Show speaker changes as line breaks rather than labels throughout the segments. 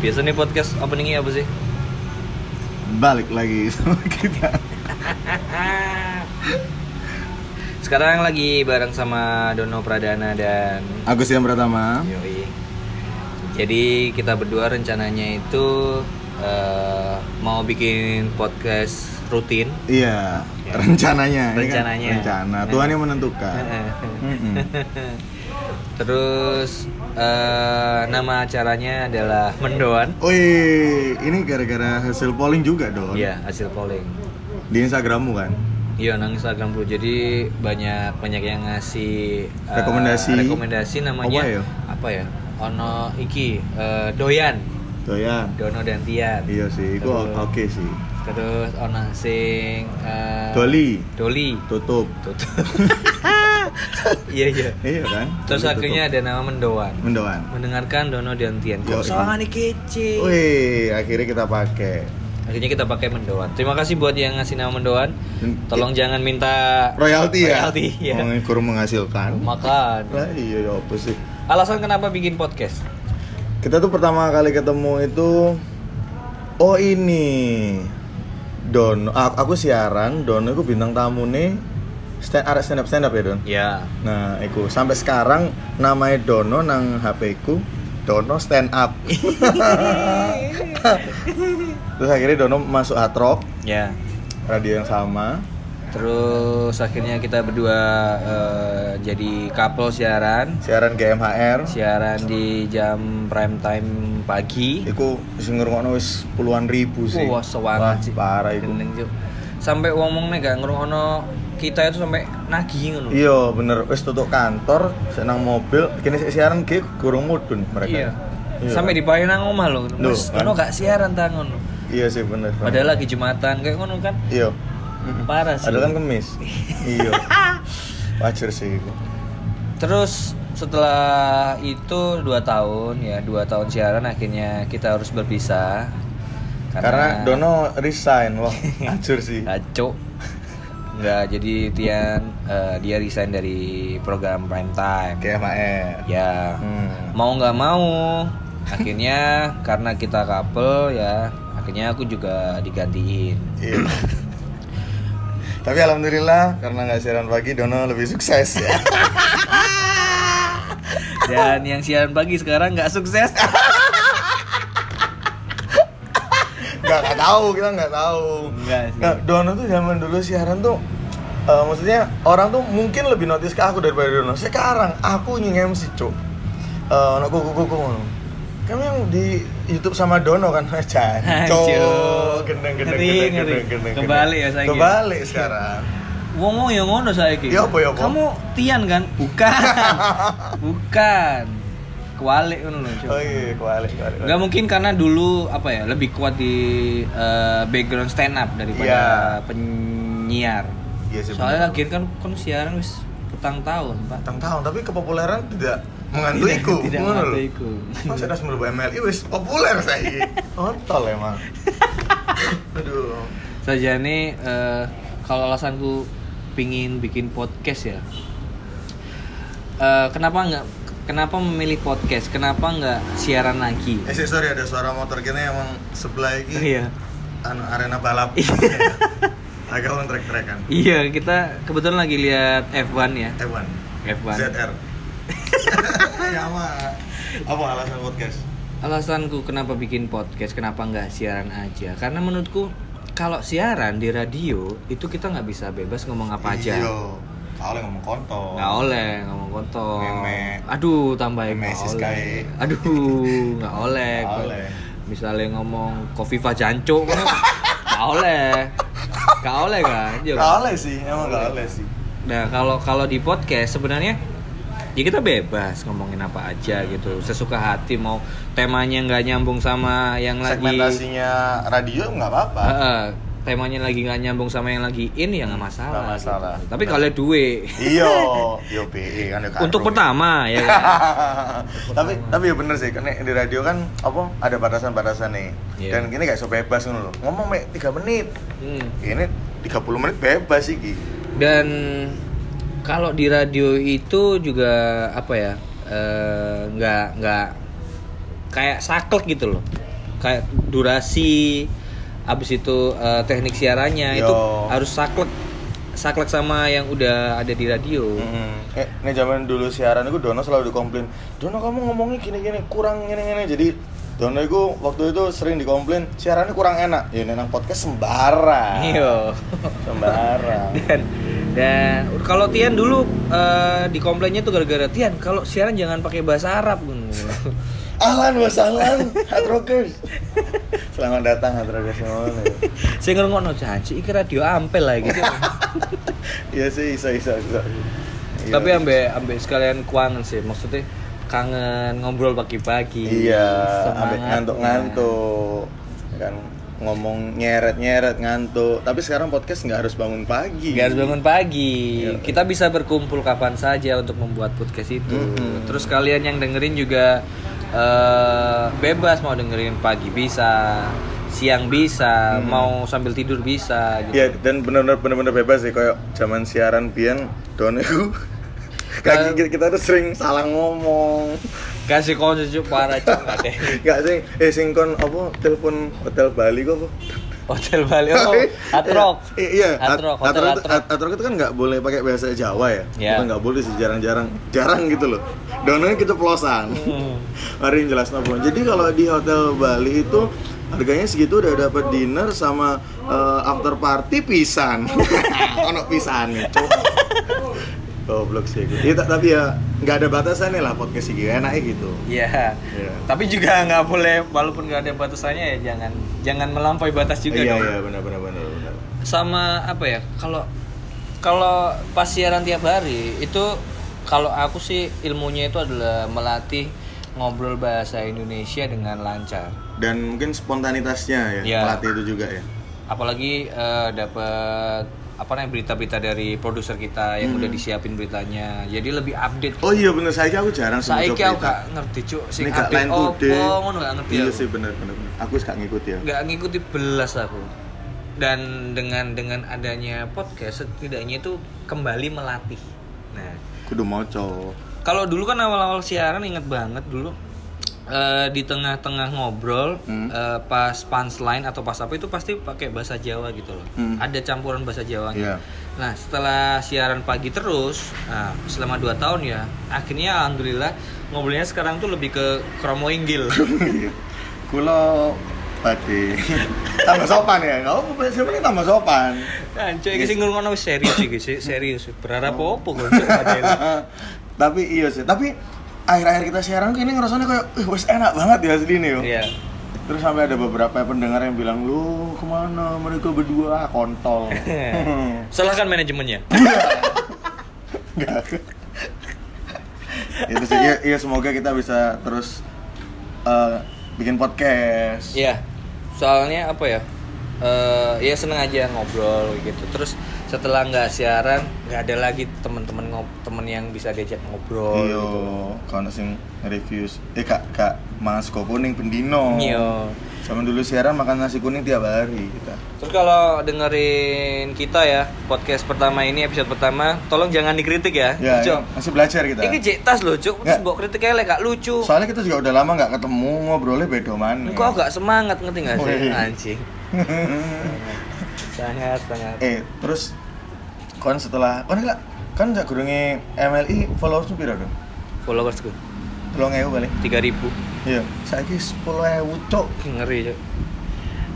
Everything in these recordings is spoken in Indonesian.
Biasa nih podcast openingnya apa sih?
balik lagi sama kita
Sekarang lagi bareng sama Dono Pradana dan
Agus yang pertama
Yoi. Jadi kita berdua rencananya itu eh, mau bikin podcast rutin.
iya rencananya ini kan
Rencananya. Nah.
rencana Tuhan yang menentukan Mm-mm.
Terus eh, nama acaranya adalah Mendoan.
Wih, ini gara-gara hasil polling juga dong
Iya, hasil polling.
di Instagrammu kan
Iya, nang Instagram Bro. Jadi banyak banyak yang ngasih eh,
Rekomendasi.
rekomendasi namanya
Apa ya?
apa ya? Ono iki eh, Doyan,
tuh ya
Dono dan Tian.
iya sih itu
Betul.
oke sih
Terus ono sing eh,
Doli
Doli.
tutup
Tutup. Iya iya.
iya kan
Terus
Doli
akhirnya
tutup.
ada nama Mendoan.
mendoan
Mendengarkan Dono dan Tian. Kok
Yoi.
soalnya nih kece.
Oh, iya. Wih, akhirnya kita pakai
Akhirnya kita pakai Mendoan. Terima kasih buat yang ngasih nama Mendoan.
Dan-
Tolong jangan minta
royalti ya
Royalti, ya.
mengukur menghasilkan
makan.
lah iya apa sih
Alasan kenapa bikin podcast?
Kita tuh pertama kali ketemu itu Oh ini Don a- Aku siaran Don aku bintang tamu nih stand, arek stand up stand up ya Don
Ya.
Nah aku sampai sekarang namanya Dono nang HP ku Dono stand up Terus akhirnya Dono masuk Hard Rock
Ya.
Radio yang sama
Terus akhirnya kita berdua eh, jadi couple siaran.
Siaran GMHR
Siaran di jam prime time pagi.
Iku sing ngrungokno wis puluhan ribu sih
Wah,
Wah,
sewangan sih.
Parah iku
Gendeng, Cuk. Sampai ngomongnya gak ngerungono kita itu sampai nagih ngono.
Iya bener, wis tutup kantor, sik nang mobil, kini sik siaran ki kurung mudun
Iya.
mereka.
Sampai dipakai nang omah loh.
Loh,
Mas,
kan?
ngono gak siaran tangan.
Iya sih bener. bener.
Padahal lagi Jumatan kayak ngono kan.
iya.
Parah sih.
Padahal kan kemis. iya. Wajar sih itu.
Terus setelah itu dua tahun ya dua tahun siaran akhirnya kita harus berpisah
Karena, Dono resign, wah hancur sih.
kacau nggak jadi Tian eh, dia resign dari program prime time
Kayak MAR.
ya
E. Hmm.
mau nggak mau akhirnya karena kita couple ya akhirnya aku juga digantiin
Iya. Tapi alhamdulillah karena nggak siaran pagi Dono lebih sukses ya.
dan yang siaran pagi sekarang nggak sukses
nggak nggak tahu kita nggak tahu
Nggak sih.
Nah, Dono tuh zaman dulu siaran tuh eh, maksudnya orang tuh mungkin lebih notice ke aku daripada Dono sekarang aku nyeng MC cuk Eh, anak kuku kuku ngono kamu yang di YouTube sama Dono kan aja
Hancur. Ngeri,
gendeng gendeng gendeng
ngeri.
gendeng gendeng
Kebalik ya, saiki.
saya kebalik sekarang
Wongo ya ngono saiki.
Ya apa, ya apa?
Kamu Tian kan? Bukan. Bukan. Kualik ngono lho, Cuk.
oh iya kebalik kebalik
Nggak mungkin karena dulu apa ya, lebih kuat di eh, background stand up daripada
Iya.
penyiar.
Iya sih,
Soalnya
bener.
lagi kan kan siaran wis petang tahun, Pak.
tentang tahun tapi kepopuleran tidak mengantuiku
tidak
ngono lho.
mengantuiku.
Mas ada sebelum MLI wis populer saya. Ontol emang. Aduh.
Saja ini eh, kalau alasanku pingin bikin podcast ya. Eh, kenapa nggak kenapa memilih podcast? Kenapa nggak siaran lagi?
Eh sih, sorry ada suara motor gini emang sebelah ini.
Iya.
Anu arena balap. Agak trek trekan.
Iya, kita kebetulan lagi lihat F1 ya.
F1.
F1.
ZR. ya mah. Apa alasan podcast?
Alasanku kenapa bikin podcast, kenapa nggak siaran aja? Karena menurutku kalau siaran di radio itu kita nggak bisa bebas ngomong apa aja.
Iya. Kau yang ngomong kontol.
Nggak oleh ngomong kontol.
Memek.
Aduh, tambah nggak
Memek sis kae.
oleh. Aduh, nggak oleh.
Nggak oleh.
Misalnya ngomong Kofifa Janco, nggak oleh. Nggak oleh kan? Iya
Nggak
kan?
oleh sih, emang nggak oleh sih.
Nah kalau kalau di podcast sebenarnya ya kita bebas ngomongin apa aja gitu sesuka hati mau temanya nggak nyambung sama yang lagi
Segmentasinya radio nggak apa-apa.
Heeh, temanya lagi nggak nyambung sama yang lagi in ya nggak masalah.
Nggak masalah.
gitu. Tapi kalau duit
Iya, yo PE kan ya karo.
untuk pertama ya. kan?
tapi tapi ya bener sih, karena di radio kan apa ada batasan-batasan nih.
Iya.
Dan gini gak so bebas ngono loh. Ngomong mek 3 menit.
Hmm.
Ini 30 menit bebas sih
Dan kalau di radio itu juga apa ya eh, nggak nggak kayak saklek gitu loh. kayak durasi abis itu eh, teknik siarannya itu
Yo.
harus saklek saklek sama yang udah ada di radio
Mm-mm. Eh, Nih zaman dulu siaran itu Dono selalu dikomplain Dono kamu ngomongnya gini-gini kurang gini-gini Jadi Dono itu waktu itu sering dikomplain siarannya kurang enak Ya nenang podcast sembara
Iya.
Sembara
dan dan kalau Tian dulu eh, di komplainnya tuh gara-gara Tian kalau siaran jangan pakai bahasa Arab
Ahlan wa sahlan Hard Rockers Selamat datang Hard Rockers semuanya.
saya ngerungokno janji iki radio ampel lah gitu
Iya sih iso iso iso Iya.
tapi ambek ambek sekalian keuangan sih maksudnya kangen ngobrol pagi-pagi
Iya Ambek
semangat
ngantuk-ngantuk Kan ngomong nyeret-nyeret ngantuk Tapi sekarang podcast nggak harus bangun pagi
Nggak harus Nah, bangun pagi.
Iya.
Kita bisa berkumpul kapan saja untuk membuat podcast itu.
Mm-mm.
Terus kalian yang dengerin juga eh, bebas mau dengerin pagi bisa, siang bisa, mau sambil tidur bisa. Gitu.
Mm-hmm. Iya dan benar-benar benar-benar bebas sih kayak zaman siaran Bian Don itu kaki kita, kita tuh sering salah ngomong
Kasih konsep Cuk, parah cuk ada.
nggak sih eh singkon apa telepon hotel Bali kok apa
Hotel Bali oh, Atrok.
Iya, iya At-
Atrok, hotel
Atrok itu-
Atrok.
At- Atrok itu kan nggak boleh pakai bahasa Jawa ya
Iya.
bukan nggak boleh sih jarang-jarang jarang gitu loh Dono keceplosan
Hmm.
Mari jelas nabung. Jadi kalau di hotel Bali itu harganya segitu udah dapat dinner sama eh, after party pisan. ono pisan itu. Goblok sih gue. Iya, ta- tapi ya nggak ada batasannya lah podcast ini enaknya gitu.
Iya.
Iya.
Tapi juga nggak boleh walaupun nggak ada batasannya ya jangan jangan melampaui batas juga
iya
dong.
iya benar benar benar benar.
sama apa ya kalau kalau pas siaran tiap hari itu kalau aku sih ilmunya itu adalah melatih ngobrol bahasa Indonesia dengan lancar
Dan mungkin spontanitasnya ya,
Iya.
pelatih itu juga ya.
apalagi eh, dapat apa namanya berita-berita dari produser kita yang udah disiapin beritanya jadi lebih update
Oh iya benar saya aku jarang sih
saya
baca
aku
berita.
gak ngerti cuk sing
Ini gak
update
lain today.
opo ngono gak ngerti
Iya
aku.
sih benar benar. benar. Aku gak ngikuti ya.
nggak ngikuti belas aku dan dengan dengan adanya podcast setidaknya itu kembali melatih nah
Kudu moco.
kalau dulu kan awal-awal siaran inget banget dulu eh, di tengah-tengah ngobrol
Hmm.
eh, pas punchline atau pas apa itu pasti pakai bahasa Jawa gitu loh
Hmm.
ada campuran bahasa Jawanya
Iya.
nah setelah siaran pagi terus nah, selama 2 tahun ya akhirnya alhamdulillah ngobrolnya sekarang tuh lebih ke kromo inggil
Kulo pati tambah sopan ya. Enggak apa-apa, sebenarnya tambah sopan.
Anjir, Nah, iki sing ngono wis serius iki, sih, serius. Berharap opo kok Cuk, padahal.
tapi iya sih, tapi akhir-akhir kita siaran ini ngerasanya kayak "Wih, wes enak banget ya asli nih yo.
Iya.
Terus sampai ada beberapa pendengar yang bilang lu kemana mereka berdua Ah, kontol.
Salahkan manajemennya.
Enggak. itu sih, iya, iya, semoga kita bisa terus eh, bikin podcast.
Iya. Soalnya apa ya? Eh ya seneng aja ngobrol gitu. Terus setelah nggak siaran, nggak ada lagi teman-teman ngob teman yang bisa diajak ngobrol.
Iya, kono sing review eh kak kak mas kok kuning pendino.
Iya.
Sama dulu siaran makan nasi kuning tiap hari kita.
Terus kalau dengerin kita ya podcast pertama ini episode pertama, tolong jangan dikritik ya.
Ya,
Cuk.
ya, masih belajar kita.
Iki cek tas loh, Cuk. Terus
Nggak.
mbok kritik elek gak lucu.
Soalnya kita juga udah lama nggak ketemu ngobrolnya beda mana.
Engkau gak semangat ngerti gak sih?
Wih.
Anjing. sangat sangat
eh terus kon setelah kon nggak kan nggak gurungi MLI followers tuh pira dong?
followers gue
Tolong ewu kali.
tiga ribu
Iya. Saiki sepuluh ewu cok.
ngeri cok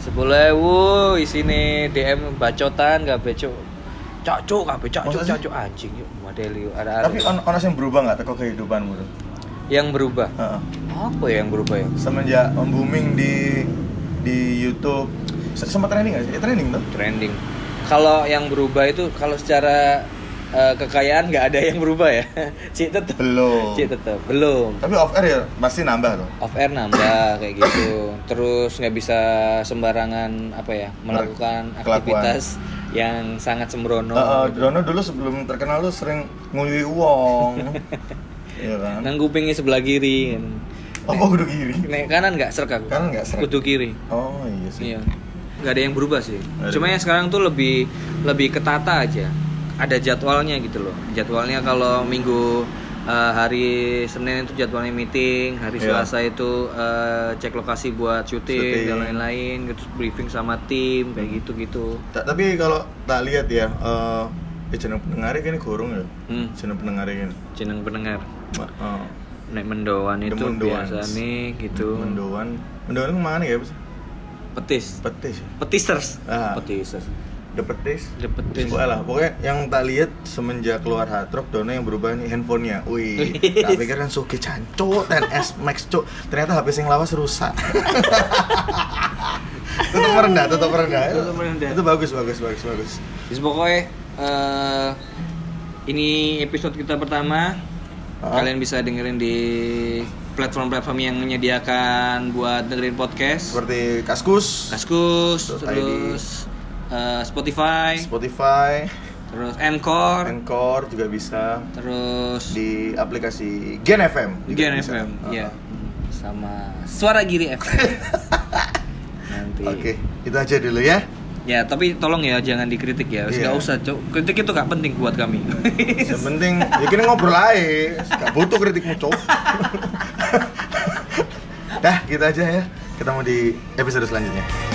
sepuluh ewu isine DM bacotan gak becok cok cok gak becok cok
Masa
cok
sih?
cok anjing yuk model yuk ada
Tapi on ono yang berubah nggak teko kehidupanmu tuh?
yang berubah
Heeh.
apa ya yang berubah ya
Semenjak on booming di di YouTube Se- sempat trending nggak sih? Eh, trending tuh?
trending kalau yang berubah itu kalau secara eh, kekayaan nggak ada yang berubah ya cik tetep
Belum.
cik tetep belum
Tapi off air ya pasti nambah tuh.
off air nambah kayak gitu terus nggak bisa sembarangan apa ya melakukan
Kelakuan.
aktivitas yang sangat sembrono
Heeh,
gitu.
Dono dulu sebelum terkenal lu sering nguyui uang. Iya kan?
Nanggupingnya sebelah kiri kan.
Apa kudu kiri?
Nek kanan nggak serk aku.
Kanan nggak serk.
Kudu kiri.
Oh iya sih.
Iya. Nggak ada yang berubah sih.
ada
Cuma yang sekarang tuh lebih lebih ketata aja. Ada jadwalnya gitu loh. Jadwalnya kalau minggu eh, hari Senin itu jadwalnya meeting, hari
Iya.
Selasa itu eh, cek lokasi buat syuting
Syuting. Hmm.
dan lain-lain, gitu briefing sama tim kayak gitu-gitu.
Ta- tapi kalau tak lihat ya eh eh jeneng pendengarnya kayaknya kurung ya
Hmm,
jeneng pendengarnya kayaknya
jeneng pendengar.
Ma- eh,
Nek mendoan itu
Demendoan.
biasanya gitu.
mendoan mendoan kemana ya Bos?
Petis.
petis ya?
Petisers.
Ah.
Petisers.
the petis
The petis.
Pokoknya lah, pokoknya yang tak lihat semenjak keluar hard rock Dono yang berubah nih handphonenya. Wih, tak pikir kan suki canco dan S Max cuk. Ternyata HP sing lawas rusak. tutup rendah, tutup rendah.
Tutup rendah.
Itu bagus, bagus, bagus, bagus.
Jadi pokoknya eh, ini episode kita pertama.
Ah.
Kalian bisa dengerin di platform-platform yang menyediakan buat dengerin podcast.
Seperti Kaskus,
Kaskus,
Terus
terus eh, Spotify,
Spotify,
terus Anchor,
Anchor juga bisa
terus
di aplikasi Gen FM. juga
Gen
bisa.
FM,
Uh-uh.
ya. Sama Suara Giri FM. Nanti.
Oke, itu aja dulu ya.
Ya, tapi tolong ya jangan dikritik ya. Wis
Iya.
nggak usah, Cuk. Kritik itu gak penting buat kami.
Yang penting ya kita ngobrol aja. Gak butuh kritikmu, Cok. Dah, gitu aja ya. Ketemu di episode selanjutnya.